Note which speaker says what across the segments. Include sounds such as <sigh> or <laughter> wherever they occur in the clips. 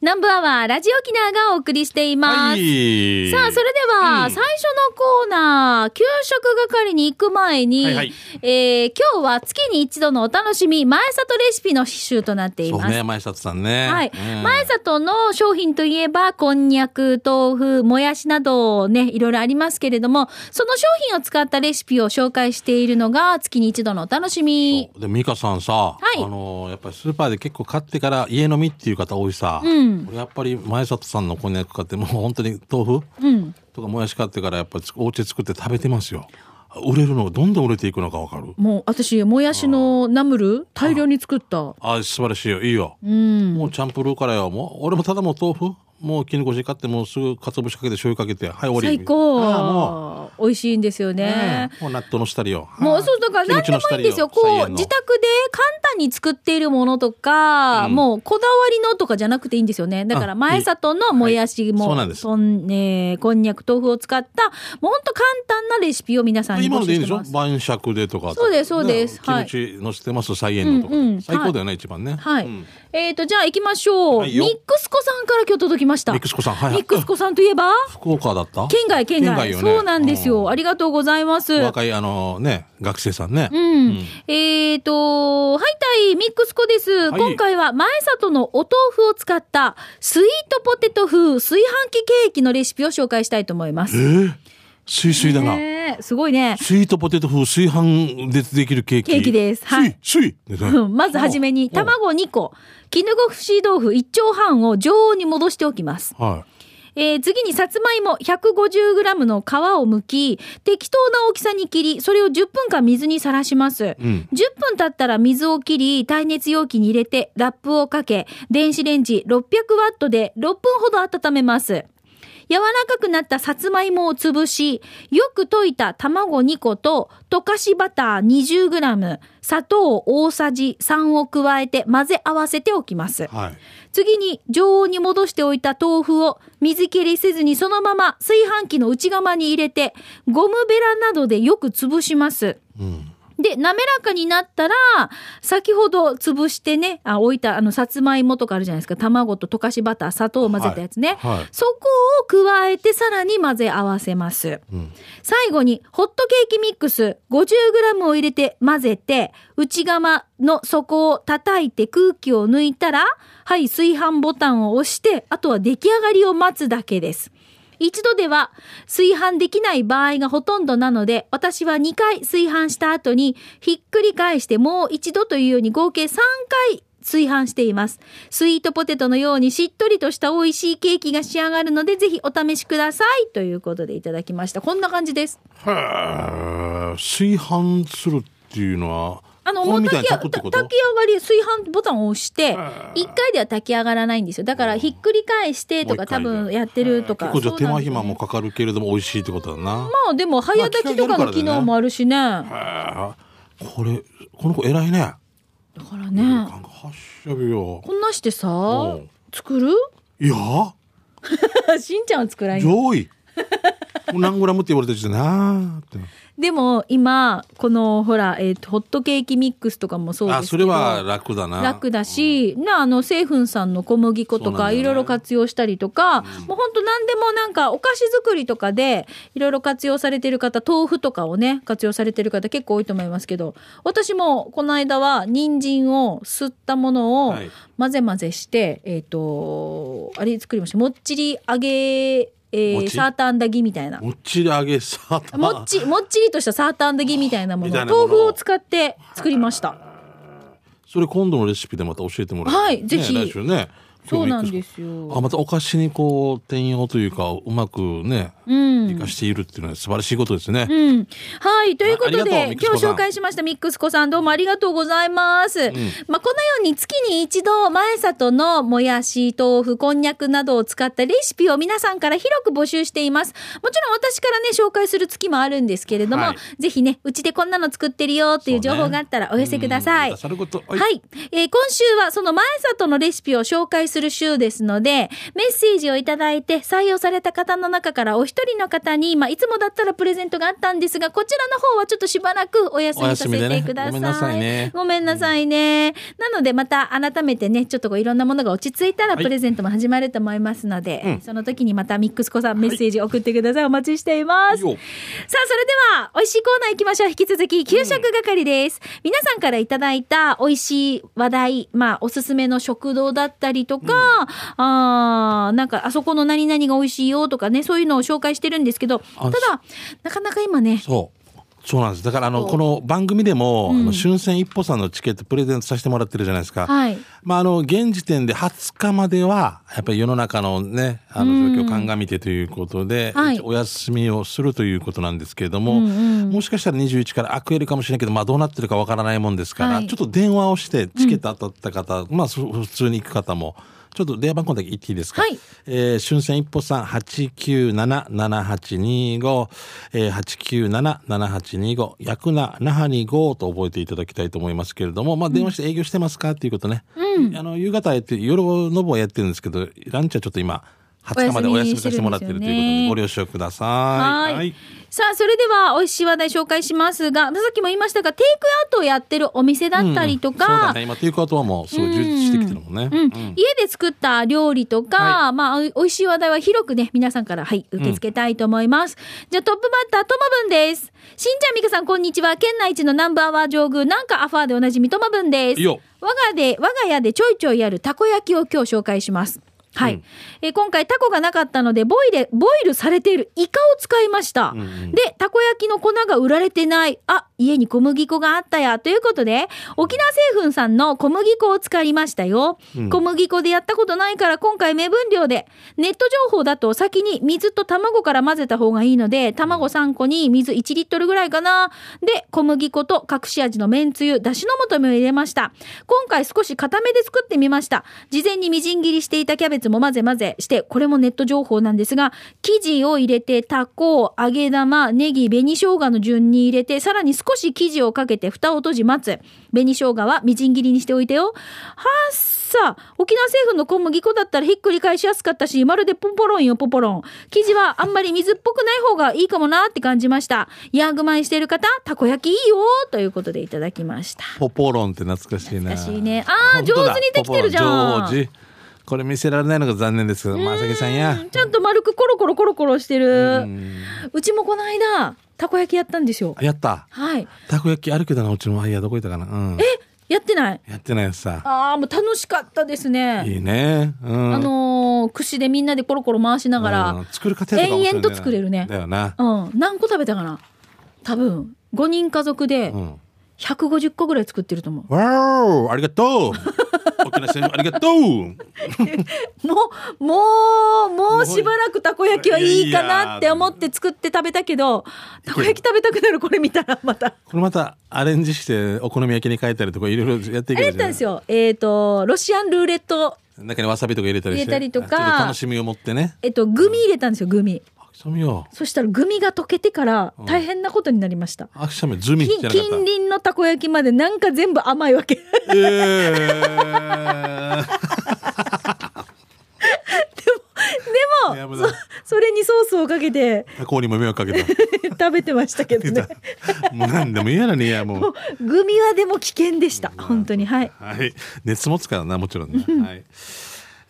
Speaker 1: 南部アワーラジオキナーがお送りしています。
Speaker 2: い
Speaker 1: さあ、それでは、最初のコーナー、給食係に行く前に、
Speaker 2: はいはい
Speaker 1: えー今日は月に一度のお楽しみ、前里レシピの刺繍となっています。
Speaker 2: そうね、前里さんね。
Speaker 1: はい。
Speaker 2: うん
Speaker 1: 前里の商品といえば、こんにゃく、豆腐、もやしなどね、いろいろありますけれども、その商品を使ったレシピを紹介しているのが、月に一度のお楽しみ。
Speaker 2: で美香さんさ、
Speaker 1: い
Speaker 2: あのやっぱりスーパーで結構買ってから家飲みっていう方多いさ、
Speaker 1: うん
Speaker 2: 俺やっぱり前里さんのこんにゃく買ってもう本当に豆腐
Speaker 1: うん。
Speaker 2: とかもやし買ってからやっぱりお家で作って食べてますよ売れるのがどんどん売れていくのかわかる
Speaker 1: もう、私、もやしのナムル、大量に作った。
Speaker 2: あ素晴らしいよいいよ、
Speaker 1: うん。
Speaker 2: もうチャンプルーからよもう俺もただもう豆腐もう絹こし買ってもうすぐ鰹節かけて醤油かけてはい終わり
Speaker 1: 最
Speaker 2: ああもう
Speaker 1: 高。美味しいんですよね。
Speaker 2: もう納豆のしたりよ。
Speaker 1: もうそうだから
Speaker 2: キム
Speaker 1: 何
Speaker 2: チ
Speaker 1: でも
Speaker 2: のした
Speaker 1: いいん
Speaker 2: り
Speaker 1: ですよ。こ
Speaker 2: 菜
Speaker 1: う
Speaker 2: 園の
Speaker 1: 自宅で簡単に作っているものとか、
Speaker 2: うん
Speaker 1: もうこだわりのとかじゃなくていいんですよね。だから
Speaker 2: あ
Speaker 1: 前里のもやし
Speaker 2: はいそ
Speaker 1: も、
Speaker 2: うなんです
Speaker 1: とんえーこんにゃく豆腐を使った、もうほんと簡単なレシピを皆さんにご
Speaker 2: 今の
Speaker 1: 紹
Speaker 2: でいいん
Speaker 1: 介し
Speaker 2: でしてょ
Speaker 1: ます。
Speaker 2: 晩酌でとか。
Speaker 1: そうですそうです
Speaker 2: ね
Speaker 1: はい
Speaker 2: キムチのしてます、菜園のとか。
Speaker 1: うんうん
Speaker 2: 最高だよね、一番ね。
Speaker 1: はい。
Speaker 2: うん
Speaker 1: えっ、と、じゃあ行きましょう。
Speaker 2: はい
Speaker 1: ミ
Speaker 2: よ
Speaker 1: ックスコさんから今日届きました。
Speaker 2: ミックスコさん、はい。
Speaker 1: ミックスコさんといえば、
Speaker 2: 福岡だった
Speaker 1: 県外、県外。
Speaker 2: よね
Speaker 1: そうなんですよ。ありがとうございます。
Speaker 2: 若い、あのね、学生さんね。
Speaker 1: うん。えっ、と、はいたい、ミックスコです。
Speaker 2: はい
Speaker 1: 今回は前里のお豆腐を使ったスイートポテト風炊飯器ケーキのレシピを紹介したいと思います。
Speaker 2: スイスイだな。
Speaker 1: ねえすごいね。 <laughs>
Speaker 2: スイートポテト風炊飯でできるケーキ。
Speaker 1: ケーキですは
Speaker 2: はいい。スイスイ
Speaker 1: うんまずはじめに、。卵2個、絹ごし豆腐1丁半を常温に戻しておきます。
Speaker 2: うんは
Speaker 1: えー次にさつまいも 150g の皮を剥き適当な大きさに切りそれを10分間水にさらします、
Speaker 2: うん
Speaker 1: 10分経ったら水を切り耐熱容器に入れてラップをかけ電子レンジ 600W で6分ほど温めます柔らかくなったさつまいもを潰し、よく溶いた卵2個と、溶かしバター 20g、砂糖大さじ3を加えて混ぜ合わせておきます
Speaker 2: い。。はい。
Speaker 1: 次に常温に戻しておいた豆腐を水切りせずにそのまま炊飯器の内釜に入れてゴムベラなどでよく潰します。
Speaker 2: うん。
Speaker 1: で、滑らかになったら、先ほど潰してね、あ置いた、あの、さつまいもとかあるじゃないですか。卵と溶かしバター、砂糖を混ぜたやつね。
Speaker 2: はいはい
Speaker 1: そこを加えて、さらに混ぜ合わせます。
Speaker 2: うん。
Speaker 1: 最後に、ホットケーキミックス 50g を入れて混ぜて、内釜の底を叩いて空気を抜いたら、はい、炊飯ボタンを押して、あとは出来上がりを待つだけです。一度では炊飯できない場合がほとんどなので、私は2回炊飯した後に、ひっくり返してもう一度というように合計3回炊飯しています。スイートポテトのようにしっとりとした美味しいケーキが仕上がるので、ぜひお試しください。ということでいただきました。こんな感じです。
Speaker 2: へー炊飯するっていうのは、
Speaker 1: あの、も
Speaker 2: これ
Speaker 1: う
Speaker 2: みたい
Speaker 1: 炊
Speaker 2: に
Speaker 1: きあ炊
Speaker 2: 炊くってこ
Speaker 1: き
Speaker 2: と
Speaker 1: 上がり、炊飯ボタンを押して、1回では炊き上がらないんですよ。だから、ひっくり返してと
Speaker 2: もう
Speaker 1: か、
Speaker 2: 一回
Speaker 1: 多
Speaker 2: で
Speaker 1: 分やってるとか。
Speaker 2: 結構じゃあ手間
Speaker 1: そうな
Speaker 2: 暇
Speaker 1: んです
Speaker 2: も
Speaker 1: ね
Speaker 2: かかるけれども美味しいってことだな。
Speaker 1: まあ、でも、早炊きとかの機能もあるしね。だ
Speaker 2: あーこれこの子偉いね。
Speaker 1: からね。
Speaker 2: なんか発射日よ。
Speaker 1: こんなしてさ
Speaker 2: ん、
Speaker 1: 作る <laughs>
Speaker 2: いや
Speaker 1: しんちゃんは作らんよ。<laughs>
Speaker 2: 上位。もう何グラムって言われてるしなーって。
Speaker 1: でも、今、この、ほら、えっと、ホットケーキミックスとかもそうですけ
Speaker 2: あ
Speaker 1: ど。
Speaker 2: それは楽だな。
Speaker 1: 楽だし、なあの製粉さんの小麦粉と
Speaker 2: そうなん
Speaker 1: か
Speaker 2: だよ
Speaker 1: い
Speaker 2: ね
Speaker 1: ろいろ活用したりとか、もうほんと何でもなんかお菓子作りとかでいろいろ活用されてる方豆腐とかをね活用されてる方結構多いと思いますけど私もこの間は人参を吸ったものを
Speaker 2: はい
Speaker 1: 混ぜ混ぜして、えっ、とあれ作りましたもっちり揚げ、えー
Speaker 2: もち
Speaker 1: サーターアンダギーみたいな。
Speaker 2: もっちり揚げさ。
Speaker 1: もっちもっちりとしたサーターアンダギーみたいなも
Speaker 2: み
Speaker 1: の
Speaker 2: たいなもの
Speaker 1: 豆腐を使って作りました。
Speaker 2: それ今度のレシピでまた教えてもらえる
Speaker 1: はいぜひ
Speaker 2: ね来週ね。
Speaker 1: そうなん
Speaker 2: 今日ミック
Speaker 1: ですよ
Speaker 2: ス。あまたお菓子にこう転用というかうまくね
Speaker 1: うん
Speaker 2: 生かしているっていうのは素晴らしいことですね。
Speaker 1: うん。はい。ということ
Speaker 2: あありがとう
Speaker 1: で、
Speaker 2: ミックス
Speaker 1: 今
Speaker 2: コ
Speaker 1: 日
Speaker 2: さん
Speaker 1: 紹介しましたミックスコさん、どうもありがとうございます。まあ、このように月に一度、前里のもやし、豆腐、こんにゃくなどを使ったレシピを皆さんから広く募集しています。もちろん私からね、紹介する月もあるんですけれども、
Speaker 2: はい
Speaker 1: ぜひね、うちでこんなの作ってるよっていう
Speaker 2: そう
Speaker 1: 情
Speaker 2: ね
Speaker 1: 報があったらお寄せください。
Speaker 2: うんさること。
Speaker 1: はい、えー今週はその前里のレシピを紹介する週ですので、メッセージをいただいて採用された方の中からお一一人の方に、まあ、いつもだったらプレゼントがあったんですが、こちらの方はちょっとしばらくお休みさせてください。
Speaker 2: お休みでねごめんなさいね
Speaker 1: ごめんなさいねなので、また改めてね、ちょっとこういろんなものが落ち着いたら、
Speaker 2: はい
Speaker 1: プレゼントも始まると思いますので、
Speaker 2: うん
Speaker 1: その時にまたミックス子さんメッセージ送ってください。お待ちしています。
Speaker 2: いいよ
Speaker 1: さあ、それでは、美味しいコーナー行きましょう。引き続き、給食係です。皆さんからいただいた美味しい話題、まあ、おすすめの食堂だったりとか、あーなんか、あそこの何々が美味しいよとかね、そういうのを紹介してるんですけど、た
Speaker 2: あ
Speaker 1: だ、なかなか今ね、
Speaker 2: そう。そうなんです。だから、あの、
Speaker 1: そう
Speaker 2: この番組でも、
Speaker 1: うん
Speaker 2: あの、春戦一歩さんのチケットプレゼントさせてもらってるじゃないですか。
Speaker 1: はい。
Speaker 2: まあ、あの、現時点で20日までは、やっぱり世の中のね、あ
Speaker 1: う
Speaker 2: の
Speaker 1: ん
Speaker 2: 状況を鑑みてということで、
Speaker 1: はい
Speaker 2: お休みをするということなんですけれど
Speaker 1: う
Speaker 2: も、
Speaker 1: んうん
Speaker 2: もしかしたら21から悪えるかもしれないけど、まあどうなってるかわからないもんですから、
Speaker 1: はい
Speaker 2: ちょっと電話をして、チケット当たった方、まあそ普通に行く方も、ちょっと電話番号だけ言っていいですか。
Speaker 1: はい
Speaker 2: えー春戦一歩さん8977825、えー、8977825、ヤクナ那覇に5と覚えていただきたいと思いますけれども、まあ電話して営業してますかっていうことね。あの、夕方やって、夜の部はやってるんですけど、ランチはちょっと今、20日までお休みさせてもらってるということで、ご了承くださ。
Speaker 1: はいい。さあ、それでは、美味しい話題紹介しますが、さっきも言いましたが、テイクアウトをやってるお店だったりとか、
Speaker 2: うんそうだね今ということはもうすごい充実してきてるもんね、
Speaker 1: うん、家で作った料理とか、
Speaker 2: は
Speaker 1: まあ、美味しい話題は広くね、皆さんから、はい、受け付けたいと思います。じゃあ、トップバッター、とまぶんです。しんちゃん、みかさん、こんにちは。県内一のナンバーワー上宮、なんかアファーでおなじみ、とまぶんです。
Speaker 2: いいよ
Speaker 1: 我がで、我が家でちょいちょいやるたこ焼きを今日紹介します。はい。えー今回タコがなかったので、ボイレ、ボイルされているイカを使いました。
Speaker 2: うんうん
Speaker 1: で、たこ焼きの粉が売られてない。あ、家に小麦粉があったや。ということで、沖縄製粉さんの小麦粉を使いましたよ。
Speaker 2: うん
Speaker 1: 小麦粉でやったことないから今回目分量で。ネット情報だと先に水と卵から混ぜた方がいいので、卵3個に水1リットルぐらいかな。で、小麦粉と隠し味のめんつゆ、だしの素も入れました。今回少し固めで作ってみました。事前にみじん切りしていたキャベツも混ぜ混ぜして、これもネット情報なんですが、生地を入れて、たこ、揚げ玉、ネギ、紅生姜の順に入れて、さらに少し生地をかけて蓋を閉じ待つ。紅生姜はみじん切りにしておいてよ。はっさ、沖縄製粉の小麦粉だったらひっくり返しやすかったし、まるでポポロンよ、ポポロン。生地はあんまり水っぽくない方がいいかもなって感じました。ヤングマイしてる方、たこ焼きいいよということでいただきました。
Speaker 2: ポポロンって懐かしいな
Speaker 1: 懐かしいねあー
Speaker 2: 本当
Speaker 1: 上
Speaker 2: だ
Speaker 1: 手にできてるじゃん
Speaker 2: ポポロン上手これ見せられないのが残念ですけどまさきさんや
Speaker 1: ちゃんと丸くコロコロコロコロして
Speaker 2: う
Speaker 1: る。
Speaker 2: ん
Speaker 1: うちもこの間、たこ焼きやったんですよ。
Speaker 2: やった
Speaker 1: はい。
Speaker 2: たこ焼きあるけどなうちのあいやどこ行ったかなうん
Speaker 1: やってない。
Speaker 2: やってないやつさ
Speaker 1: ああ、もう楽しかったですね。
Speaker 2: いいねうん
Speaker 1: あのー、串でみんなでコロコロ回しながら、
Speaker 2: うん作る過程とか面白いんだよな
Speaker 1: 延々と作れるね
Speaker 2: だよな
Speaker 1: うん、何個食べたかな多分、5人家族で
Speaker 2: うん
Speaker 1: 150個ぐらい作ってると思う。
Speaker 2: わおありが
Speaker 1: <laughs>
Speaker 2: とう沖縄戦ありがとう
Speaker 1: もう、もう、もうしばらくたこ焼きはいいかなって思って作って食べたけど、たこ焼き食べたくなるこれ見たらまた。
Speaker 2: これまたアレンジしてお好み焼きに変えたりとかいろいろやってい
Speaker 1: あ
Speaker 2: け
Speaker 1: れ
Speaker 2: る
Speaker 1: やった
Speaker 2: じゃなんい
Speaker 1: ですよ。えっ、と、ロシアンルーレット、
Speaker 2: 中にわさびとか入れたりして
Speaker 1: 入れたりとか
Speaker 2: ちょっ楽しみを持ってね
Speaker 1: えっ、と、グミ入れたんですよ、グミ。
Speaker 2: あきさみよ
Speaker 1: そしたらグミが溶けてから大変なことになりました。
Speaker 2: あきさみズミ
Speaker 1: き
Speaker 2: じゃなかった
Speaker 1: 近隣のたこ焼きまでなんか全部甘いわけ。で <laughs> も、で
Speaker 2: えいやも
Speaker 1: も
Speaker 2: う
Speaker 1: そ、それにソースをかけて <laughs>
Speaker 2: え。タコにも迷惑かけた。
Speaker 1: 食べてましたけどね。
Speaker 2: もう何でもいいやらねいやもう。
Speaker 1: グミはでも危険でした。本当に。はい。
Speaker 2: はい。熱持つからなもちろんね。はい。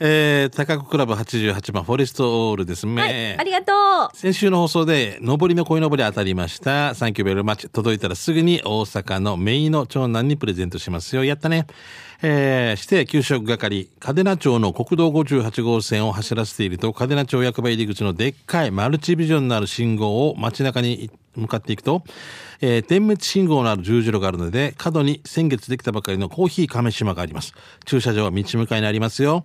Speaker 2: えー、高子クラブ88番フォレストオールですね。
Speaker 1: はい。ありがとう。
Speaker 2: 先週の放送で、上りの鯉のぼり当たりました。サンキューベルマッチ。届いたらすぐに大阪のメイの長男にプレゼントしますよ。やったね。えー、して、給食係、嘉手納町の国道58号線を走らせていると、嘉手納町役場入り口のでっかいマルチビジョンのある信号を街中に向かっていくと、えー点滅信号のある十字路があるので、角に先月できたばかりのコーヒー亀島があります。駐車場は道向かいにありますよ。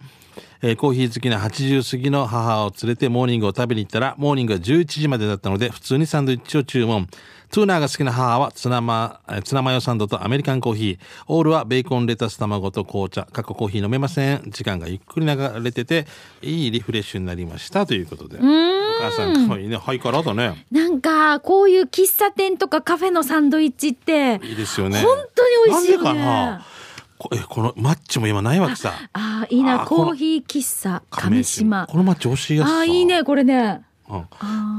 Speaker 2: えーコーヒー好きな80過ぎの母を連れてモーニングを食べに行ったら、モーニングは11時までだったので、普通にサンドイッチを注文。ツーナーが好きな母はツナマ、えーツナマヨサンドとアメリカンコーヒー。オールはベーコン、レタス、卵と紅茶。過去コーヒー飲めません。時間がゆっくり流れてて、いいリフレッシュになりました。ということで。お母さん、かわいいね。ハイカラだね。
Speaker 1: なんか、こういう喫茶店とかカフェのサンドイッチって、
Speaker 2: いいですよね。
Speaker 1: 本当に美味しいよね
Speaker 2: なんでかなこえ、このマッチも今ないわけさ。
Speaker 1: ああ、いいな。
Speaker 2: あーこの
Speaker 1: コーヒー喫茶、亀島。
Speaker 2: このマッチ欲しいやつさ。
Speaker 1: ああ、いいね、これね。
Speaker 2: うん
Speaker 1: あ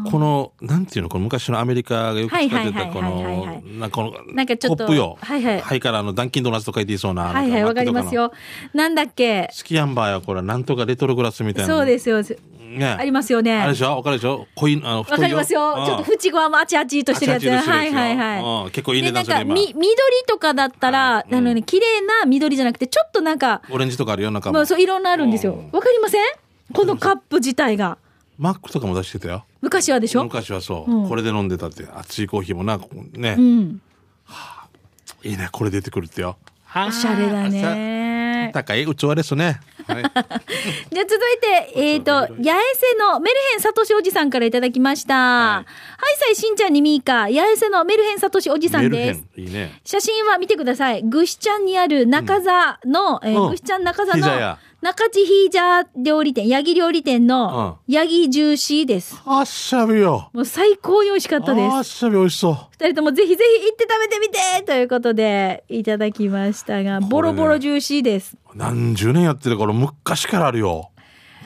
Speaker 1: ー
Speaker 2: このなんていうのこの昔のアメリカがよく使ってた
Speaker 1: はい
Speaker 2: こ
Speaker 1: はいはいはいはいは
Speaker 2: の
Speaker 1: い
Speaker 2: なんかこの
Speaker 1: なんかちょっと
Speaker 2: コップよ
Speaker 1: はいはい
Speaker 2: 肺からあのダンキンドーナツと書いていそうな
Speaker 1: はいはいわかりますよなんだっけ
Speaker 2: スキヤンバーやこれなんとかレトログラスみたいな
Speaker 1: そうですよ
Speaker 2: ね
Speaker 1: あ
Speaker 2: あ
Speaker 1: りますよね
Speaker 2: れでしょわかるでしょ濃いあの太
Speaker 1: わ
Speaker 2: い
Speaker 1: かりますよ
Speaker 2: うん
Speaker 1: ちょっと縁側もあちあちとしてるやつ
Speaker 2: あちあちと
Speaker 1: は
Speaker 2: して
Speaker 1: い
Speaker 2: るやつ
Speaker 1: はい
Speaker 2: よ
Speaker 1: は
Speaker 2: うん
Speaker 1: い
Speaker 2: 結構いい値段する
Speaker 1: でなんか
Speaker 2: 今
Speaker 1: み緑とかだったら
Speaker 2: は
Speaker 1: あ
Speaker 2: いうん
Speaker 1: のね綺麗な緑じゃなくてちょっとなんか
Speaker 2: オレンジとかあるよなんか
Speaker 1: まあそういろんなあるんですよ
Speaker 2: うん
Speaker 1: わかりませんこのカップ自体が
Speaker 2: マックとかも出してたよ
Speaker 1: 昔はでしょ
Speaker 2: 昔はそう、
Speaker 1: うん
Speaker 2: これで飲んでたって熱いコーヒーもなここね、
Speaker 1: うん
Speaker 2: いいねこれ出てくるってよ
Speaker 1: おしゃれだね
Speaker 2: さ高い器ですね、は
Speaker 1: <laughs>
Speaker 2: い、
Speaker 1: じゃあ続いて、えっ、と、八重瀬のメルヘンサトシおじさんからいただきました。はい、さいしんちゃんにみーか、八重瀬のメルヘンサトシおじさ
Speaker 2: メ
Speaker 1: ん
Speaker 2: ルヘ
Speaker 1: です
Speaker 2: ン。いいね
Speaker 1: 写真は見てください。ぐしちゃんにある中座の、え
Speaker 2: う
Speaker 1: ー、
Speaker 2: ん
Speaker 1: ぐしちゃん中座
Speaker 2: ひ
Speaker 1: の
Speaker 2: ざや
Speaker 1: 中地ヒージャー料理店、ヤギ料理店の、ヤギジューシーです。
Speaker 2: あっしゃびよ
Speaker 1: もう最高に美味しかったです
Speaker 2: あ。っしゃび美味しそう
Speaker 1: 二人ともぜひぜひ行って食べてみてということで、いただきましたが、ボロボロジューシーです。
Speaker 2: 何十年やってるから昔からあるよ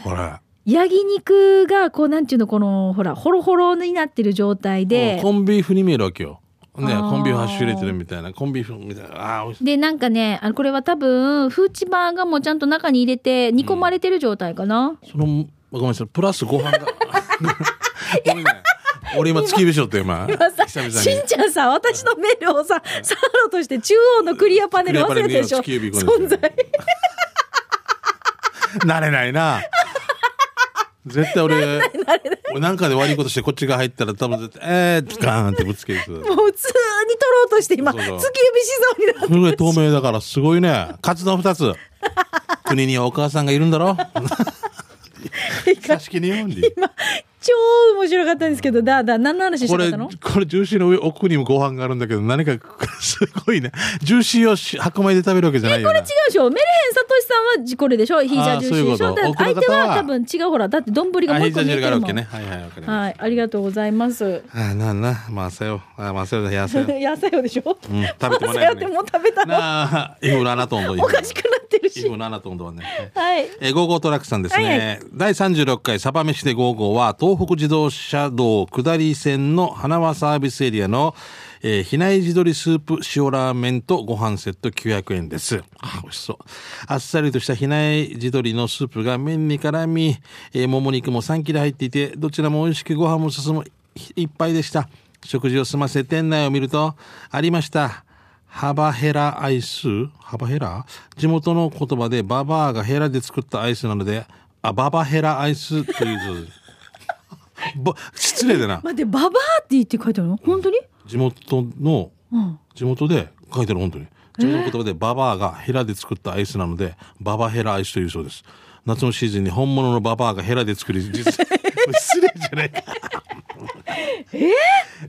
Speaker 2: これ
Speaker 1: ヤギ肉がこうなんていうのこのほらホロホロになってる状態
Speaker 2: うん
Speaker 1: で
Speaker 2: コンビーフに見えるわけよね
Speaker 1: あー
Speaker 2: コンビーフ走れてるみたいなコンビーフみたいなあー美味しい
Speaker 1: でなんかねあのこれは多分フーチバーがもうちゃんと中に入れて煮込まれてる状態かな、
Speaker 2: そのごめんなさいプラス
Speaker 1: <laughs>
Speaker 2: ご飯がごめんね俺今月火しょって今
Speaker 1: 今さ
Speaker 2: 久々に
Speaker 1: しんちゃんさ私のメールをさサーロとして中央のクリアパネル忘れてるでしょ
Speaker 2: クリアパネルには地球
Speaker 1: 存
Speaker 2: 儀これ
Speaker 1: 在
Speaker 2: 慣れないな。絶対
Speaker 1: <laughs>
Speaker 2: 俺、俺なんかで悪いことしてこっちが入ったら多分絶対、えー、ガーンってぶつける。
Speaker 1: もう普通に取ろうとして今
Speaker 2: そうそう
Speaker 1: 突き指しそうになっ
Speaker 2: すごい透明だからすごいね。カツ丼二つ。国にはお母さんがいるんだろ
Speaker 1: た
Speaker 2: 差し木日本に。
Speaker 1: 今超面白かったんですけどだーだー何の話し
Speaker 2: こ
Speaker 1: て
Speaker 2: れ、
Speaker 1: たの
Speaker 2: これ、ジューシーの上、奥にもご飯があるんだけど、何か、すごいね。ジューシーをし白米で食べるわけじゃないよ、ね。
Speaker 1: 違うでしょメルヘンサトシさんはじこれでしょヒージャージューシーでし
Speaker 2: あ
Speaker 1: ょ
Speaker 2: ーそういう
Speaker 1: だか
Speaker 2: こと
Speaker 1: ら相手
Speaker 2: 奥の方は
Speaker 1: は多分違うほらだって丼が
Speaker 2: あ、
Speaker 1: もう
Speaker 2: ヒ
Speaker 1: 一
Speaker 2: ージ
Speaker 1: 個見え
Speaker 2: ャージュ
Speaker 1: て
Speaker 2: がある
Speaker 1: る
Speaker 2: わ
Speaker 1: も
Speaker 2: けね。
Speaker 1: ん
Speaker 2: はいはい、わかります。
Speaker 1: はいありがとうございます
Speaker 2: あー、なんな、まあ、せよ。あー、まあ、せよだ、やせよ。
Speaker 1: 野菜をでしょ
Speaker 2: うん、食べても
Speaker 1: 朝 <laughs>
Speaker 2: らえ
Speaker 1: や
Speaker 2: る
Speaker 1: って
Speaker 2: ね。
Speaker 1: もう食べたの
Speaker 2: なあ、イブラナトンド。
Speaker 1: おかしくなってる
Speaker 2: イ
Speaker 1: し
Speaker 2: ブラナトンドはね。
Speaker 1: はい
Speaker 2: えー、ゴーゴートラックさんですね。
Speaker 1: はいは
Speaker 2: 第36回サバ飯でゴーゴーは、東北自動車道下り線の花輪サービスエリアの、えー、比内地鶏スープ塩ラーメンとご飯セット900円です。あ、美味しそう。あっさりとした比内地鶏のスープが麺に絡み、えー、もも肉も3切れ入っていて、どちらも美味しくご飯も進むひ一杯でした。食事を済ませ店内を見ると、ありました。幅ヘラアイス幅ヘラ地元の言葉でババアがヘラで作ったアイスなので、あ、ババヘラアイスという <laughs> そうですば失礼だな。
Speaker 1: 待ってババアって言って書いてあるの本当に
Speaker 2: 地元の、
Speaker 1: うん
Speaker 2: 地元で書いてある本当に。地元の言葉でババアがヘラで作ったアイスなので、ババヘラアイスというそうです。夏のシーズンに本物のババアがヘラで作り、実失礼じゃないか。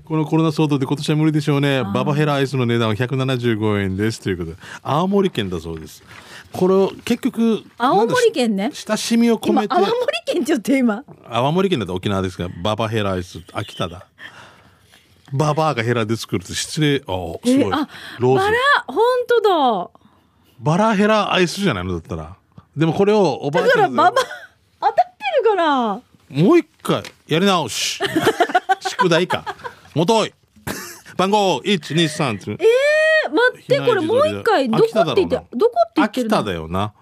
Speaker 2: このコロナ騒動で今年は無理でしょうね。ババヘラアイスの値段は175円ですということで、青森県だそうです。これを結局、
Speaker 1: 青森県ね
Speaker 2: なんだ親しみを込
Speaker 1: 今
Speaker 2: めて、
Speaker 1: 青森県って言って今
Speaker 2: 青森県だと沖縄ですが、ババヘラアイス、秋田だ。ババアがヘラで作るって失礼、ああ、すごい。
Speaker 1: あ
Speaker 2: ローズ
Speaker 1: バラ本当
Speaker 2: バラヘラアイスじゃないのだったら。でもこれをおば
Speaker 1: だ
Speaker 2: あ
Speaker 1: だ
Speaker 2: ち
Speaker 1: か
Speaker 2: ゃ
Speaker 1: ら
Speaker 2: ん
Speaker 1: ババア当たってるから
Speaker 2: もう一回やり直し。 <laughs> 宿題か。もとい。番号1、2、3。え
Speaker 1: え待ってこれもう一回どこって言ってどこって言ってる
Speaker 2: 秋田
Speaker 1: の
Speaker 2: だよな。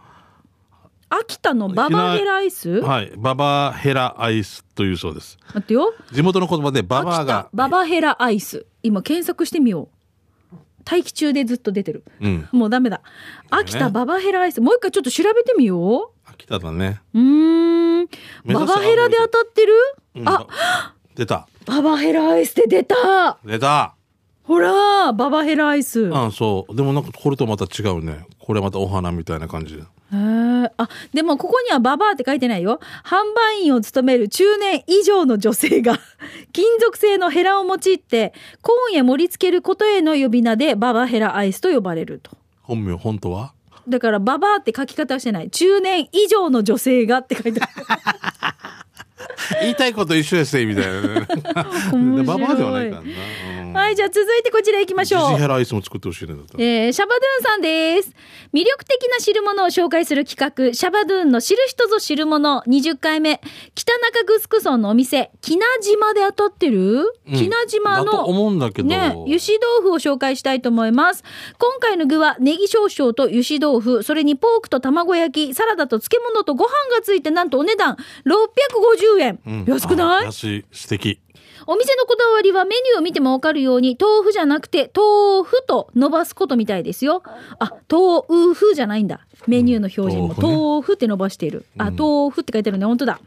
Speaker 1: 秋田のババアヘラアイス待
Speaker 2: はい。ババヘラアイスというそうです。
Speaker 1: ってよ
Speaker 2: 地元の言葉でババア
Speaker 1: 秋田
Speaker 2: が。
Speaker 1: ババヘラアイス今検索してみよう待機中でずっと出てる
Speaker 2: うん。
Speaker 1: もうダメだ秋田ババヘラアイスもう一回ちょっと調べてみよ
Speaker 2: 秋田だね。
Speaker 1: ううーん
Speaker 2: 目指せ
Speaker 1: ババヘラで当たってる
Speaker 2: うん
Speaker 1: あ
Speaker 2: 出た。
Speaker 1: ババヘラアイスって出た
Speaker 2: 出た。
Speaker 1: ほらババヘラアイスへ
Speaker 2: うん、そう。でもなんかこれとまた違うね。これまたお花みたいな感じ。
Speaker 1: ーあでもここにはババアって書いてないよ販売員を務める中年以上の女性が <laughs> 金属製のヘラを用いてコーンへ盛り付けることへの呼び名でババヘラアイスと呼ばれると
Speaker 2: 本名、本
Speaker 1: <laughs>
Speaker 2: 当は
Speaker 1: だから、ババアって書き方はしてない。中年以上の女性がって書いてある。
Speaker 2: 言いたいこと一緒やせみたいなね
Speaker 1: <laughs> 面白い
Speaker 2: ババアではないからな、うんん
Speaker 1: はい、じゃあ続いてこちら行きましょ
Speaker 2: ジ
Speaker 1: う
Speaker 2: ジ。ヘラアイスも作ってほしいねだったら
Speaker 1: えーシャバドゥンさんです。魅力的な汁物を紹介する企画、シャバドゥンの知る人ぞ知るもの20回目、北中グスク村のお店、木名島で当たってる、
Speaker 2: うん
Speaker 1: 木名島
Speaker 2: だと
Speaker 1: の
Speaker 2: 思うんだけど、
Speaker 1: ね、油脂豆腐を紹介したいと思います。今回の具はネギ少々と油脂豆腐、それにポークと卵焼き、サラダと漬物とご飯がついてなんとお値段650円。
Speaker 2: うん
Speaker 1: 安くない
Speaker 2: あ安い素敵
Speaker 1: お店のこだわりはメニューを見てもわかるように、豆腐じゃなくて、豆腐と伸ばすことみたいですよ。あ、豆腐じゃないんだ。メニューの表示も、
Speaker 2: うん豆腐ね
Speaker 1: 豆腐って伸ばしている。あ、
Speaker 2: うん
Speaker 1: 豆腐って書いてあるね。本当だ。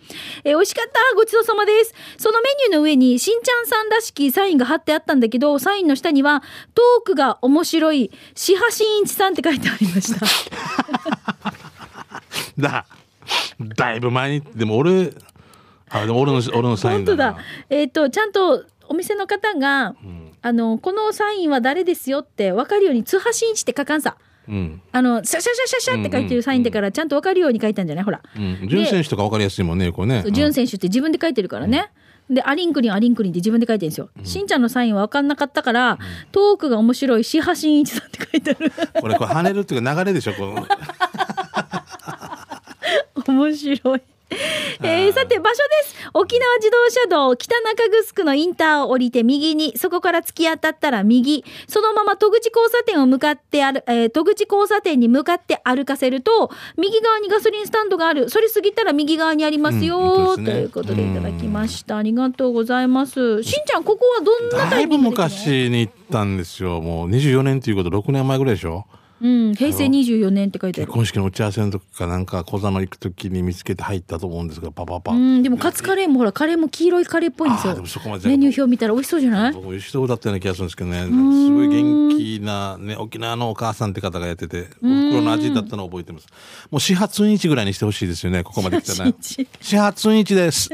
Speaker 1: えー美味しかった。ごちそうさまです。そのメニューの上に、しんちゃんさんらしきサインが貼ってあったんだけど、サインの下には、トークが面白い、しはしんいちさんって書いてありました。
Speaker 2: だだいぶ前にでも俺あでも俺の俺 <laughs> のサイン
Speaker 1: 本当
Speaker 2: だな
Speaker 1: だ。えっ、と、ちゃんと、お店の方が、あの、このサインは誰ですよって分かるように、つはしんいちって書かんさ。
Speaker 2: うん
Speaker 1: あの、シャシャシャシャシャって書いてるサインだから、ちゃんとわかるように書いたんじゃないほら。
Speaker 2: うん、純選手とか分かりやすいもんね、これね。
Speaker 1: ジュン選手って自分で書いてるからね。で、アリンクリン、アリンクリンって自分で書いてるんですよ。しんちゃんのサインはわかんなかったから、トークが面白い、シハシンイチさんって書いてある。
Speaker 2: うんこれ、これ跳ねるっていうか流れでしょ、こ
Speaker 1: <laughs>
Speaker 2: う。
Speaker 1: 面白い。えーさて場所です沖縄自動車道北中城のインターを降りて右にそこから突き当たったら右そのまま戸口交差点を向かってある、えー戸口交差点に向かって歩かせると右側にガソリンスタンドがあるそれ過ぎたら右側にありますよ、
Speaker 2: う
Speaker 1: と
Speaker 2: ん本当ですね
Speaker 1: いうことでいただきましたありがとうございますしんちゃんここはどんなタ
Speaker 2: だい
Speaker 1: イミ
Speaker 2: ぶ
Speaker 1: ングで行くの
Speaker 2: 昔に行ったんですよ、もう24年ということ、6年前ぐらいでしょ。
Speaker 1: うん平成24年って書いてあ
Speaker 2: 結
Speaker 1: る
Speaker 2: 婚式の打ち合わせの時か、なんか、小座の行く時に見つけて入ったと思うんですが、パパパ。
Speaker 1: うんでもカツカレーもほらカレーも黄色いカレーっぽいんです
Speaker 2: あーで
Speaker 1: よ
Speaker 2: もそこまで
Speaker 1: メニュー表見たら美味しそうじゃない
Speaker 2: 僕、吉田だったような気がするんですけどね、すごい元気な、ね、沖縄のお母さんって方がやってて、お袋の味だったのを覚えてます。もう始発日ぐらいにしてほしいですよね、ここまで来たら。
Speaker 1: 新
Speaker 2: 始発日です。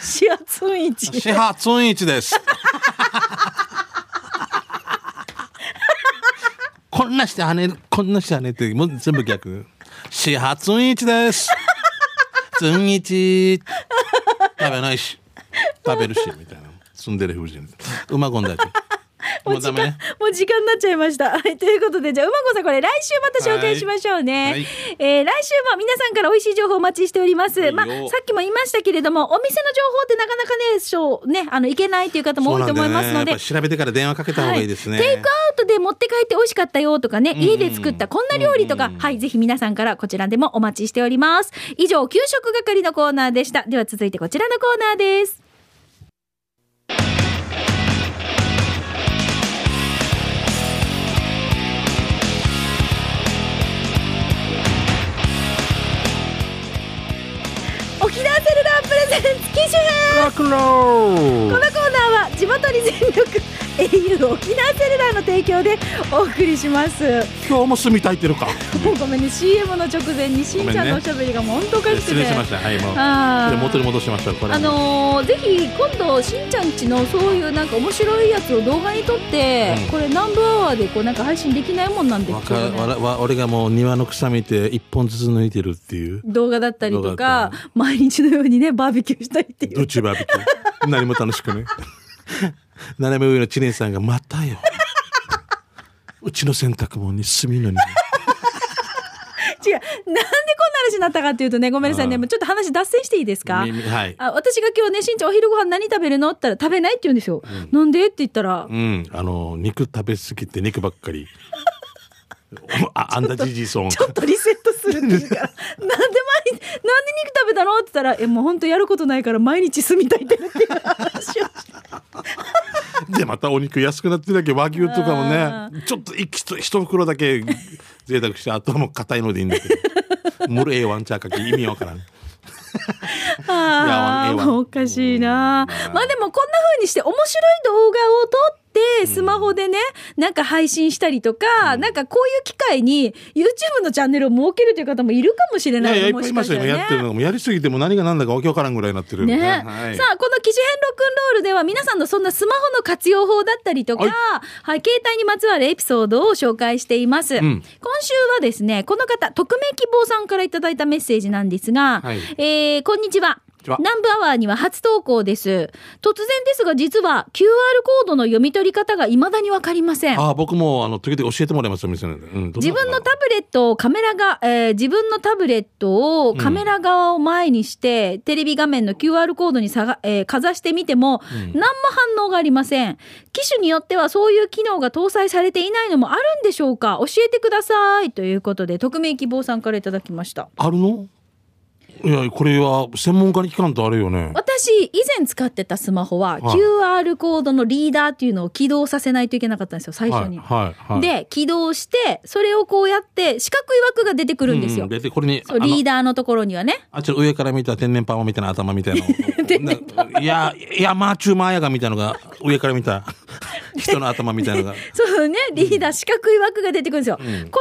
Speaker 1: 始発運一
Speaker 2: 始発日です。 <laughs> こんなして跳ねる、こんなして跳ねて、もう全部逆。始発日です。つんいち。食べないし。食べるし、みたいな。住んでる風神。馬込んだり。もうダメ。
Speaker 1: もう時間になっちゃいました。 <laughs> はい、ということで、じゃあ、うまこさん、これ来週また紹介しましょうね。
Speaker 2: はい
Speaker 1: えー来週も皆さんから美味しい情報お待ちしております。
Speaker 2: はいよ
Speaker 1: まあ、さっきも言いましたけれども、お店の情報ってなかなかね、そう、ね、あの、いけないという方も
Speaker 2: そ
Speaker 1: 多い
Speaker 2: うな
Speaker 1: と
Speaker 2: んだ
Speaker 1: 思い
Speaker 2: よね
Speaker 1: ますので
Speaker 2: やっぱ。調べてから電話かけた方がいいですね。
Speaker 1: はいテイクアウトで持って帰って美味しかったよとかね、家で作ったこんな料理とか、はい、ぜひ皆さんからこちらでもお待ちしております。以上、給食係のコーナーでした。では続いてこちらのコーナーです。沖縄セルラープレゼンツ機種編
Speaker 2: ロックンロー
Speaker 1: このコーナーは地元に全力 <laughs> au 沖縄セルラーの提供でお送りします
Speaker 2: 今日も住みたいってるか。
Speaker 1: もうごめんね CM の直前にしんちゃんのおしゃべりがもう本当おかしくて、
Speaker 2: 失礼しました。はい、もう。
Speaker 1: あ
Speaker 2: で
Speaker 1: ー
Speaker 2: 元に戻しました。これも。
Speaker 1: あのーぜひ今度しんちゃんちのそういうなんか面白いやつを動画に撮って、
Speaker 2: うん
Speaker 1: これ南部アワーでこうなんか配信できないもんなんで
Speaker 2: わ
Speaker 1: す
Speaker 2: か
Speaker 1: よね
Speaker 2: わらわ俺がもう庭の草見て一本ずつ抜いてるっていう
Speaker 1: 動画だったりと
Speaker 2: 動画だ
Speaker 1: か
Speaker 2: った
Speaker 1: 毎日のようにねバーベキューしたりってい
Speaker 2: どっ
Speaker 1: う
Speaker 2: ちバーベキュー何も楽しくね斜め上の知念さんが「またよ」うちの洗濯物に住みのに
Speaker 1: <laughs> 違うなんでこんな話になったかっていうとねごめんなさいね
Speaker 2: うん
Speaker 1: もうちょっと話脱線していいですか
Speaker 2: みみはい
Speaker 1: あ私が今日ねしんちゃんお昼ご飯何食べるのって言ったら食べないって言うんですよ、なんでって言ったら、
Speaker 2: うんあの肉食べ過ぎて肉ばっかりおああんだじじいそう
Speaker 1: ちょっとリセットするっていうからなんで毎日なんで肉食べたのって言ったらえもう本当やることないから毎日住みたいって言ってる話をして
Speaker 2: でまたお肉安くなってるだけ和牛とかもねちょっと一一一袋だけ贅沢してあとはもう硬いのでいいんだけどムルエワンチャーかき意味わからん
Speaker 1: あ
Speaker 2: いやええ
Speaker 1: ー
Speaker 2: わ
Speaker 1: もうおかしいな
Speaker 2: うん
Speaker 1: まあでもこんな風にして面白い動画を撮ってスマホでね、なんか配信したりとか、なんかこういう機会に YouTube のチャンネルを設けるという方もいるかもしれ
Speaker 2: い
Speaker 1: ない
Speaker 2: や
Speaker 1: ね
Speaker 2: いやいっ
Speaker 1: も
Speaker 2: ぱいい
Speaker 1: し
Speaker 2: ま
Speaker 1: か
Speaker 2: し
Speaker 1: したたら
Speaker 2: よね
Speaker 1: ね
Speaker 2: やってるのもやりすぎてもう何が何だかわけわからんぐらいになってる
Speaker 1: ね
Speaker 2: は
Speaker 1: さ
Speaker 2: い
Speaker 1: あこの機種編ロックンロールでは皆さんのそんなスマホの活用法だったりとか、は
Speaker 2: はいい
Speaker 1: 携帯にまつわるエピソードを紹介しています、今週はですねこの方匿名希望さんからいただいたメッセージなんですが、
Speaker 2: はい
Speaker 1: えーこんにちは
Speaker 2: ちは
Speaker 1: 南部アワーには初投稿です。突然ですが、実は QR コードの読み取り方が未だにわかりません。
Speaker 2: ああ、僕も、あの、時々教えてもらいますよ、店で。うん、どんな
Speaker 1: 自分のタブレットをカメラが、えー自分のタブレットをカメラ側を前にして、テレビ画面の QR コードにさが、えーかざしてみても、
Speaker 2: うん
Speaker 1: 何も反応がありません。機種によってはそういう機能が搭載されていないのもあるんでしょうか教えてください。ということで、匿名希望さんからいただきました。
Speaker 2: あるのいや、これは、専門家に聞かんとあれよね。
Speaker 1: 私、以前使ってたスマホは、
Speaker 2: はい
Speaker 1: QR コードのリーダーっていうのを起動させないといけなかったんですよ、最初に。
Speaker 2: はい、はい、はい。
Speaker 1: で、起動して、それをこうやって、四角い枠が出てく
Speaker 2: う
Speaker 1: る
Speaker 2: んうんん、
Speaker 1: ですよ。
Speaker 2: 出て、これに、
Speaker 1: そう
Speaker 2: あの
Speaker 1: リーダーのところにはね。
Speaker 2: あっちの上から見た天然パーマみたいな頭みたいないや、いや、マーチューマーヤガみたいなのが、上から見た人の頭みたいなのが。
Speaker 1: そうね、リーダー、四角い枠が出てくるんですよ。これにこ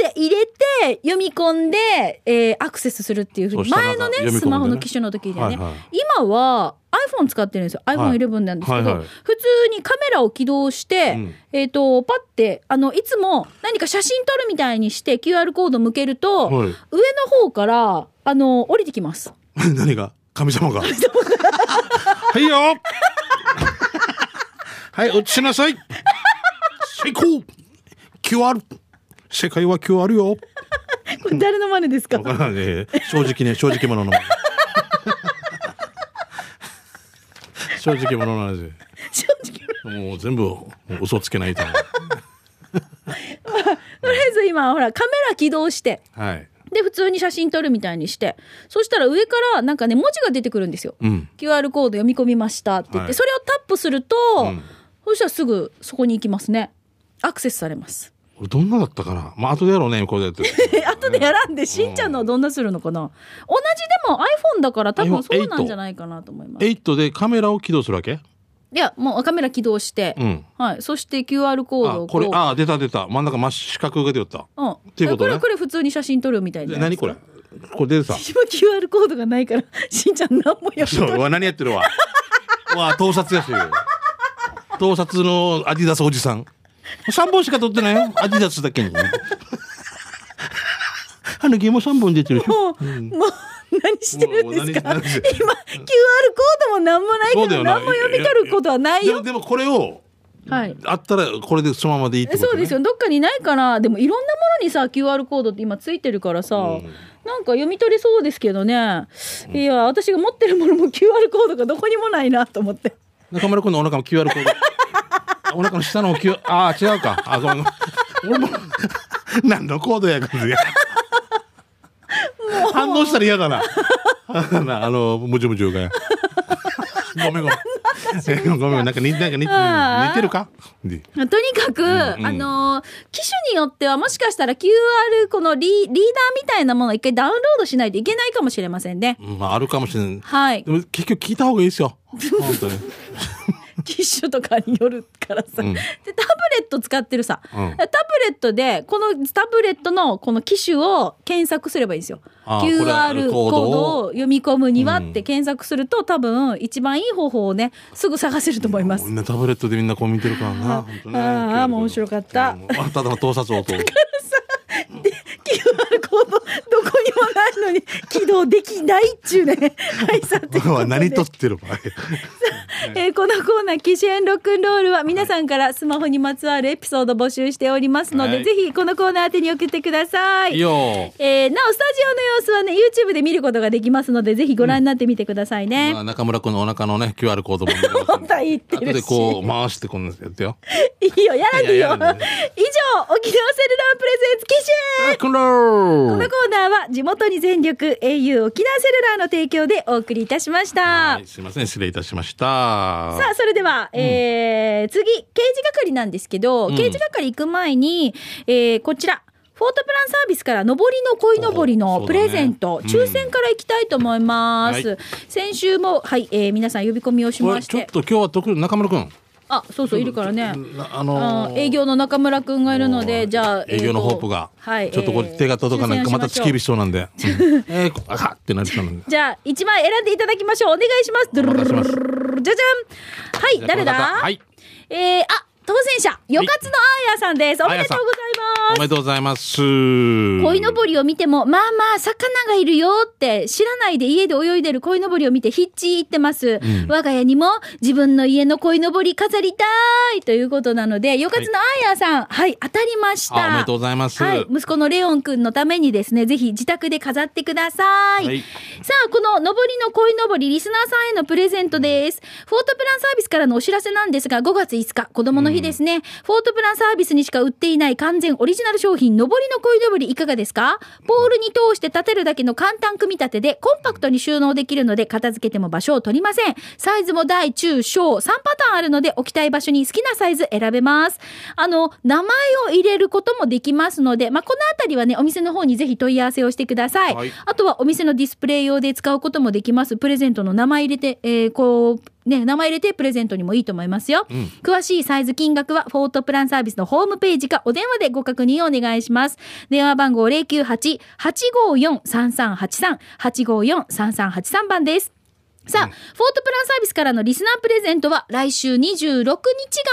Speaker 1: うやって入れて、読み込んで、えーアクセスするっていうふう
Speaker 2: そう
Speaker 1: に。
Speaker 2: 下が
Speaker 1: 前のね
Speaker 2: 読み込んでね
Speaker 1: スマホの機種の時でね。
Speaker 2: はいはい
Speaker 1: 今は iPhone 使ってるんですよ。iPhone11 なんですけど、
Speaker 2: はいはい
Speaker 1: 普通にカメラを起動して、
Speaker 2: うん
Speaker 1: えっ、と、パって、あの、いつも何か写真撮るみたいにして、QR コード向けると、
Speaker 2: はい
Speaker 1: 上の方から、あの、降りてきます。
Speaker 2: <laughs> 何が神様が。 <laughs> はいよ <laughs> はい、落ちしなさい最高 !QR! 世界は QR よ
Speaker 1: これ誰の真似ですか
Speaker 2: わからないね正直ね、正直者の。 <laughs> 正直者の話。
Speaker 1: 正直。
Speaker 2: もう全部嘘つけないと思う。
Speaker 1: とりあえず今、ほら、カメラ起動して、
Speaker 2: はい。
Speaker 1: で、普通に写真撮るみたいにして、そしたら上からなんかね、文字が出てくるんですよ。
Speaker 2: うん。
Speaker 1: QR コード読み込みましたって言って、
Speaker 2: はい
Speaker 1: それをタップすると、
Speaker 2: うん
Speaker 1: そしたらすぐそこに行きますね。アクセスされます。
Speaker 2: 俺どんなだったかなまあ後でやろうね、これやって。
Speaker 1: <laughs> え、後でやらんで、しんちゃんのはどんなするのかな同じでも iPhone だから多分そうなんじゃないかなと思います。い
Speaker 2: 8でカメラを起動するわけ
Speaker 1: や、もうカメラ起動して、
Speaker 2: うん
Speaker 1: はい、そして QR コード
Speaker 2: あ
Speaker 1: を、
Speaker 2: これ
Speaker 1: う、
Speaker 2: あ、出た出た。真ん中真四角が出よった。
Speaker 1: うん。
Speaker 2: ていうことね
Speaker 1: れ、これ普通に写真撮るみたい
Speaker 2: で
Speaker 1: な。
Speaker 2: 何これこれ出てた。
Speaker 1: 私も QR コードがないから、しんちゃん何もやっ
Speaker 2: そう、うわ、何やってるわ。うわ、盗撮やし。盗撮のアディダスおじさん。3本しか撮ってないよ。アディダスだけに。あの、ゲーム3本出てるでしょ。
Speaker 1: もう、もう、何してるんですか
Speaker 2: も
Speaker 1: 今、QR コ
Speaker 2: うもう何何
Speaker 1: ードも何もないけ
Speaker 2: そうだ
Speaker 1: ど、
Speaker 2: よな
Speaker 1: 何も読み取ることはない
Speaker 2: でも、
Speaker 1: よ。
Speaker 2: でもこれを、
Speaker 1: はい。
Speaker 2: あったらこれでそのままでいいってこと、ね、
Speaker 1: そうですよ。どっかにないから、でもいろんなものにさ、QR コードって今ついてるからさ、なんか読み取れそうですけどね。いや、私が持ってるものも QR コードがどこにもないなと思って。
Speaker 2: 中村君のお腹も QR コ <laughs> ード。お腹の下の Q、ああ、違うか。あ、ごめん。俺も、何のコードやからや。反応したら嫌だな。あの、むじゅむじゅが。ごめんごめん。 <laughs> ごめん、なんか似なんか似
Speaker 1: あー
Speaker 2: 似てるかで
Speaker 1: <laughs> とにかく、
Speaker 2: うん
Speaker 1: あのー機種によってはもしかしたら QR このリリーダーみたいなものを一回ダウンロードしないといけないかもしれませんね。
Speaker 2: うんまあ、あるかもしれない。
Speaker 1: はい
Speaker 2: で。も結局聞いた方がいいですよ。本当に。
Speaker 1: <laughs> 機種とかによるからさ、
Speaker 2: うん
Speaker 1: でタブレット使ってるさ、
Speaker 2: うん
Speaker 1: タブレットでこのタブレットのこの機種を検索すればいいんですよ
Speaker 2: あーこれ
Speaker 1: QR コードを読み込むにはっ
Speaker 2: うん
Speaker 1: て検索すると、多分一番いい方法をねすぐ探せると思い <laughs> ます
Speaker 2: みんなタブレットでみんなこう見てるからな。本当ね
Speaker 1: ああもう面白かった
Speaker 2: うんあただの盗撮音。
Speaker 1: QR コードどこにもないのに起動できないっ
Speaker 2: <laughs>
Speaker 1: ちゅうねはいさて
Speaker 2: 僕は <laughs> 何撮ってる場合。
Speaker 1: えーこのコーナー「機種編ロックンロール」は皆さんからスマホにまつわるエピソード募集しておりますので、
Speaker 2: はい
Speaker 1: ぜひこのコーナー宛てに送ってください。
Speaker 2: いいよ。
Speaker 1: えーなおスタジオの様子はね YouTube で見ることができますのでぜひご覧になってみてくださいね。
Speaker 2: まあ、中村君のお腹のね QR コードも見れますんで
Speaker 1: 本 <laughs> 当は言ってるし
Speaker 2: 後でこう回してこんなやってよ。
Speaker 1: いいよやらんでいいよ。以上
Speaker 2: いややらん
Speaker 1: 沖縄
Speaker 2: で
Speaker 1: セルラープレゼンツ機種編
Speaker 2: ロックンロー
Speaker 1: この
Speaker 2: ル
Speaker 1: コーナーは地元に全力 au 沖縄セルラーの提供でお送りいたしました。
Speaker 2: はい、すいません失礼いたしました。
Speaker 1: さあそれでは、えー次刑事係なんですけど、
Speaker 2: うん
Speaker 1: 刑事係行く前に、えーこちらフォートプランサービスから上りの鯉のぼり
Speaker 2: お
Speaker 1: の
Speaker 2: ー
Speaker 1: プレゼント、
Speaker 2: そうだね
Speaker 1: 抽選からいきたいと思います、
Speaker 2: はい
Speaker 1: 先週もはい、えー皆さん呼び込みをし
Speaker 2: こ
Speaker 1: ま
Speaker 2: れ
Speaker 1: し
Speaker 2: ちょってと今日は特に中村君。
Speaker 1: あそうそういるからね
Speaker 2: なあの
Speaker 1: あ
Speaker 2: ー
Speaker 1: ー営業の中村くんがいるのでじゃあ
Speaker 2: 営業の
Speaker 1: えー
Speaker 2: ホ
Speaker 1: と
Speaker 2: ープが、
Speaker 1: はい
Speaker 2: ちょっとこれ手が届かない
Speaker 1: えー
Speaker 2: かまた
Speaker 1: 抽選
Speaker 2: 突
Speaker 1: をしましょ
Speaker 2: き
Speaker 1: う
Speaker 2: 指しそ
Speaker 1: <laughs>
Speaker 2: うなんで、うんえー、こあはってなりそうなんで
Speaker 1: じゃあ一枚選んでいただきましょうお願いします
Speaker 2: お願いします
Speaker 1: じゃじゃんはい誰だ
Speaker 2: じゃあこの方はい
Speaker 1: えー、あ当選者、よかつのあーやさんです。おめでとうございます。
Speaker 2: おめでとうございます。
Speaker 1: 鯉のぼりを見ても、まあまあ、魚がいるよって、知らないで家で泳いでる鯉のぼりを見て、ひっちーってます。我が家にも、自分の家の鯉のぼり飾りたいということなので、よかつのあーやさん、はい、当たりました。
Speaker 2: あおめでとうございます。
Speaker 1: はい、息子のレオンくんのためにですね、ぜひ自宅で飾ってください。
Speaker 2: はい
Speaker 1: さあ、こののぼりのこいのぼり、リスナーさんへのプレゼントです。フォートプランサービスからのお知らせなんですが、5月5日、子供の日ですね。フォートプランサービスにしか売っていない完全オリジナル商品、のぼりのこいのぼりいかがですかポールに通して立てるだけの簡単組み立てで、コンパクトに収納できるので、片付けても場所を取りません。サイズも大、中、小、3パターンあるので、置きたい場所に好きなサイズ選べます。あの、名前を入れることもできますので、まあ、このあたりはね、お店の方にぜひ問い合わせをしてください。
Speaker 2: はい
Speaker 1: あとはお店のディスプレイ用で使うこともできます。プレゼントの名前入れて、えーこう、ね、名前入れてプレゼントにもいいと思いますよ。詳しいサイズ金額はフォートプランサービスのホームページかお電話でご確認をお願いします。電話番号098-854-3383、854-3383番です。さあ、フォートプランサービスからのリスナープレゼントは来週26日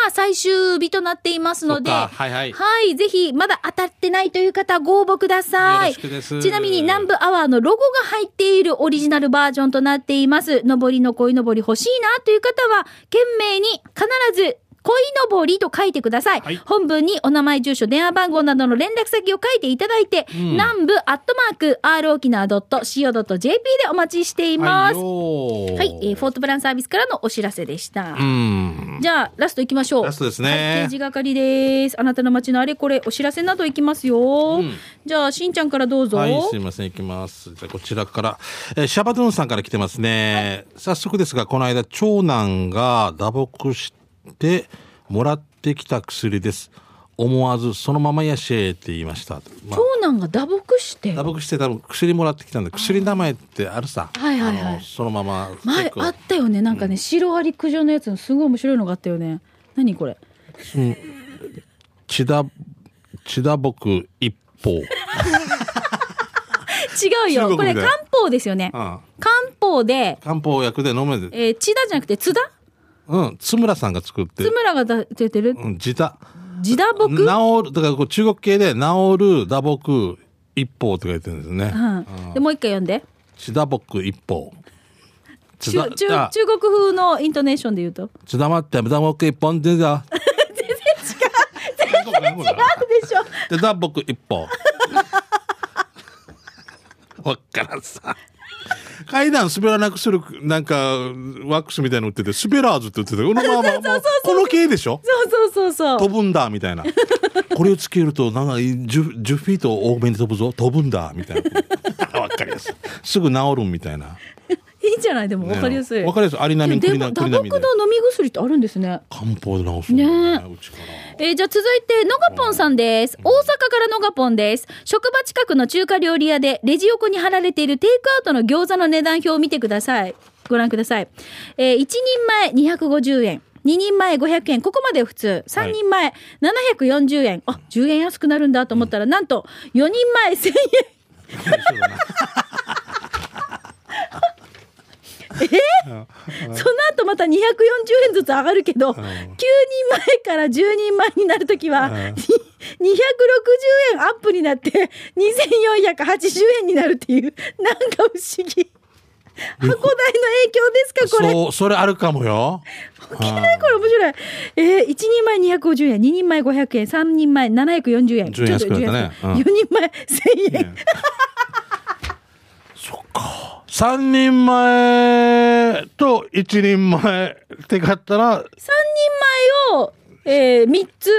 Speaker 1: が最終日となっていますので、
Speaker 2: そっかはいはい
Speaker 1: ぜひまだ当たってないという方ご応募ください。
Speaker 2: よろしくです
Speaker 1: ちなみに南部アワーのロゴが入っているオリジナルバージョンとなっています。のぼりの鯉のぼり欲しいなという方は、懸命に必ず鯉のぼりと書いてください。
Speaker 2: はい
Speaker 1: 本文にお名前、住所、電話番号などの連絡先を書いていただいて、南部アットマーク、r 沖縄 .co.jp でお待ちしています。
Speaker 2: は
Speaker 1: はい、えーフォートプランサービスからのお知らせでした。
Speaker 2: うん。
Speaker 1: じゃあ、ラストいきましょう。
Speaker 2: ラストです
Speaker 1: はい、
Speaker 2: ね
Speaker 1: 刑。事係です。あなたの街のあれこれ、お知らせなどいきますよ。
Speaker 2: うん
Speaker 1: じゃあ、しんちゃんからどうぞ。
Speaker 2: はい、すみません、行きます。じゃあこちらから、えーシャバドゥンさんから来てますね。早速ですが、この間、長男が打撲して、もらってきた薬です。思わず、そのままやしえって言いました。まあ
Speaker 1: 長男が打撲して。
Speaker 2: 打撲して多分薬もらってきたんで薬名前ってあるさ、
Speaker 1: はいはいはい
Speaker 2: あのそのまま
Speaker 1: 前
Speaker 2: 結構
Speaker 1: あったよね、なんかね、シロアリ駆除のやつのすごい面白いのがあったよね。何これ。
Speaker 2: 血だ血打撲一
Speaker 1: <laughs>
Speaker 2: 方
Speaker 1: 違う
Speaker 2: 中
Speaker 1: よ、
Speaker 2: 国
Speaker 1: これ
Speaker 2: みたい
Speaker 1: 漢方ですよね。
Speaker 2: うん
Speaker 1: 漢方で、
Speaker 2: 漢方薬で飲める
Speaker 1: えー、千田じゃなくて津田。
Speaker 2: うん津村さんが作って
Speaker 1: 津
Speaker 2: る
Speaker 1: 村がだ出てる。
Speaker 2: うん自打
Speaker 1: 自打
Speaker 2: 治
Speaker 1: 撲。
Speaker 2: るだからこう中国系で治る打撲一方って書いてるんですね、
Speaker 1: うん。で、もう一回読んで。
Speaker 2: 血打撲一方血
Speaker 1: 中
Speaker 2: だ
Speaker 1: 中
Speaker 2: あ
Speaker 1: 中国風のイントネーションで言うと。
Speaker 2: 血黙って打撲一本でだ全然違う全然違う
Speaker 1: ある <laughs> でしょ。
Speaker 2: で打撲一 <laughs> 本わっからんさ階段滑らなくするなんかワックスみたいの売ってて滑らーずって売っててこの <laughs> ままもうこの系でしょ
Speaker 1: そうそうそうそう。
Speaker 2: 飛ぶんだみたいな
Speaker 1: <laughs>
Speaker 2: これをつけるとなんか 10, 10フィート多めに飛ぶぞ飛ぶんだみたい
Speaker 1: <laughs>
Speaker 2: なわっかりやすいすぐ治るみたいない
Speaker 1: いんじゃないでも分かりやすい。
Speaker 2: わかりやすいアリナミン
Speaker 1: で
Speaker 2: クリ
Speaker 1: も
Speaker 2: ナク
Speaker 1: 打
Speaker 2: リナミン
Speaker 1: 撲の飲み薬ってあるんですね。
Speaker 2: 漢方で治すんだよ
Speaker 1: ね
Speaker 2: ねうちから。
Speaker 1: えーじゃあ続いて、のがぽんさんです。大阪からのがぽんです。職場近くの中華料理屋で、レジ横に貼られているテイクアウトの餃子の値段表を見てください。ご覧ください。えー、1人前250円。2人前500円。ここまで普通。3人前740円。あ、10円安くなるんだと思ったら、なんと、4人前1000円。 <laughs> その後また240円ずつ上がるけど、9人前から10人前になるときは、に260円アップになって、2480円になるっていう、なんか不思議。箱代の影響ですか、これ。
Speaker 2: そうそれあるかもよ
Speaker 1: 聞けないこれ面白い。えー、1人前250円、2人前500円、3人前740円。
Speaker 2: 10円安くなったね
Speaker 1: 4人前1000円。
Speaker 2: 三人前と一人前って買ったら
Speaker 1: 3人前を、えー、3つ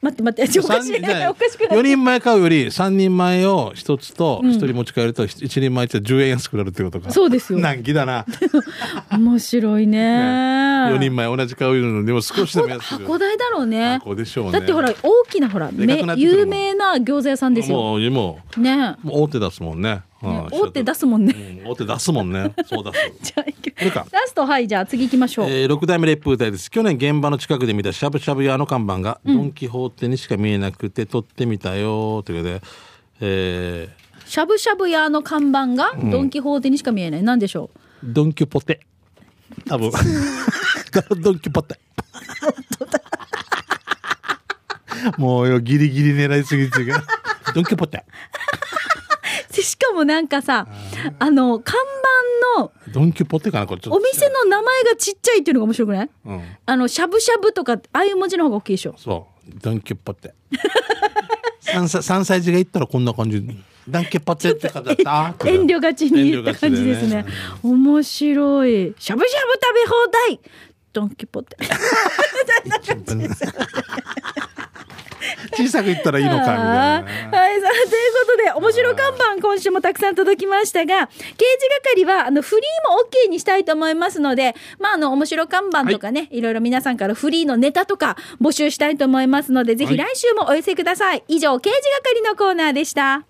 Speaker 1: 待って待って、おか
Speaker 2: 三
Speaker 1: し
Speaker 2: 人
Speaker 1: い。
Speaker 2: 前
Speaker 1: おかしくない。
Speaker 2: 4人前買うより3人前を1つと1人持ち帰ると1人前って10円安くなるってことか、
Speaker 1: そうですよ。
Speaker 2: 難儀だな <laughs>
Speaker 1: 面白いね。
Speaker 2: 4人前同じ買うのでも少しでも安く
Speaker 1: 箱代だろうね。
Speaker 2: 箱でしょうね
Speaker 1: だってほら大きなほら
Speaker 2: でかくなってくるもん
Speaker 1: 有名な餃子屋さんですよ。
Speaker 2: もうも
Speaker 1: ねね
Speaker 2: うもう大手出すもんね、うん
Speaker 1: 大手出すもんね。
Speaker 2: うん大手出すもん
Speaker 1: <laughs>
Speaker 2: ねそう出す
Speaker 1: じゃあ行く
Speaker 2: これか
Speaker 1: ラストはいじゃあ次行きましょう。
Speaker 2: えー、6代目烈風隊です去年現場の近くで見たしゃぶしゃぶ屋の看板がドン・キホーテにしか見えなくて撮ってみたよということで、え
Speaker 1: しゃぶしゃぶ屋の看板がドンキホーテにしか見えない。なんでし
Speaker 2: <laughs>
Speaker 1: ょ
Speaker 2: ードン・キ
Speaker 1: <laughs>
Speaker 2: ポ <laughs> テ多分ドン・キポテ <laughs> もうよ、ギリギリ狙いすぎてる。ドンキポタ。
Speaker 1: でしかもなんかさ、あの、看板の
Speaker 2: ドンキポテかなこれちょっと。
Speaker 1: お店の名前がちっちゃいっていうのが面白くない
Speaker 2: うん。
Speaker 1: あの、しゃぶしゃぶとか、ああいう文字の方が大きいでしょ。
Speaker 2: そう。ドンキポテ。 <laughs> 三歳三歳児が行ったらこんな感じ。ドンキポテって方だった。
Speaker 1: <laughs> 遠慮がちに言った感じです
Speaker 2: 遠慮
Speaker 1: ね
Speaker 2: がちだ。
Speaker 1: 面白い。しゃぶしゃぶ食べ放題ドンキポテ。
Speaker 2: 小さく言ったらいいのかみたいなね。
Speaker 1: はい、さあ、ということで、面白看板、今週もたくさん届きましたが、刑事係は、あの、フリーも OK にしたいと思いますので、まあ、あの、面白看板とかね、い、ろいろ皆さんからフリーのネタとか募集したいと思いますので、ぜひ
Speaker 2: は
Speaker 1: 来週もお寄せください。以上、刑事係のコーナーでした。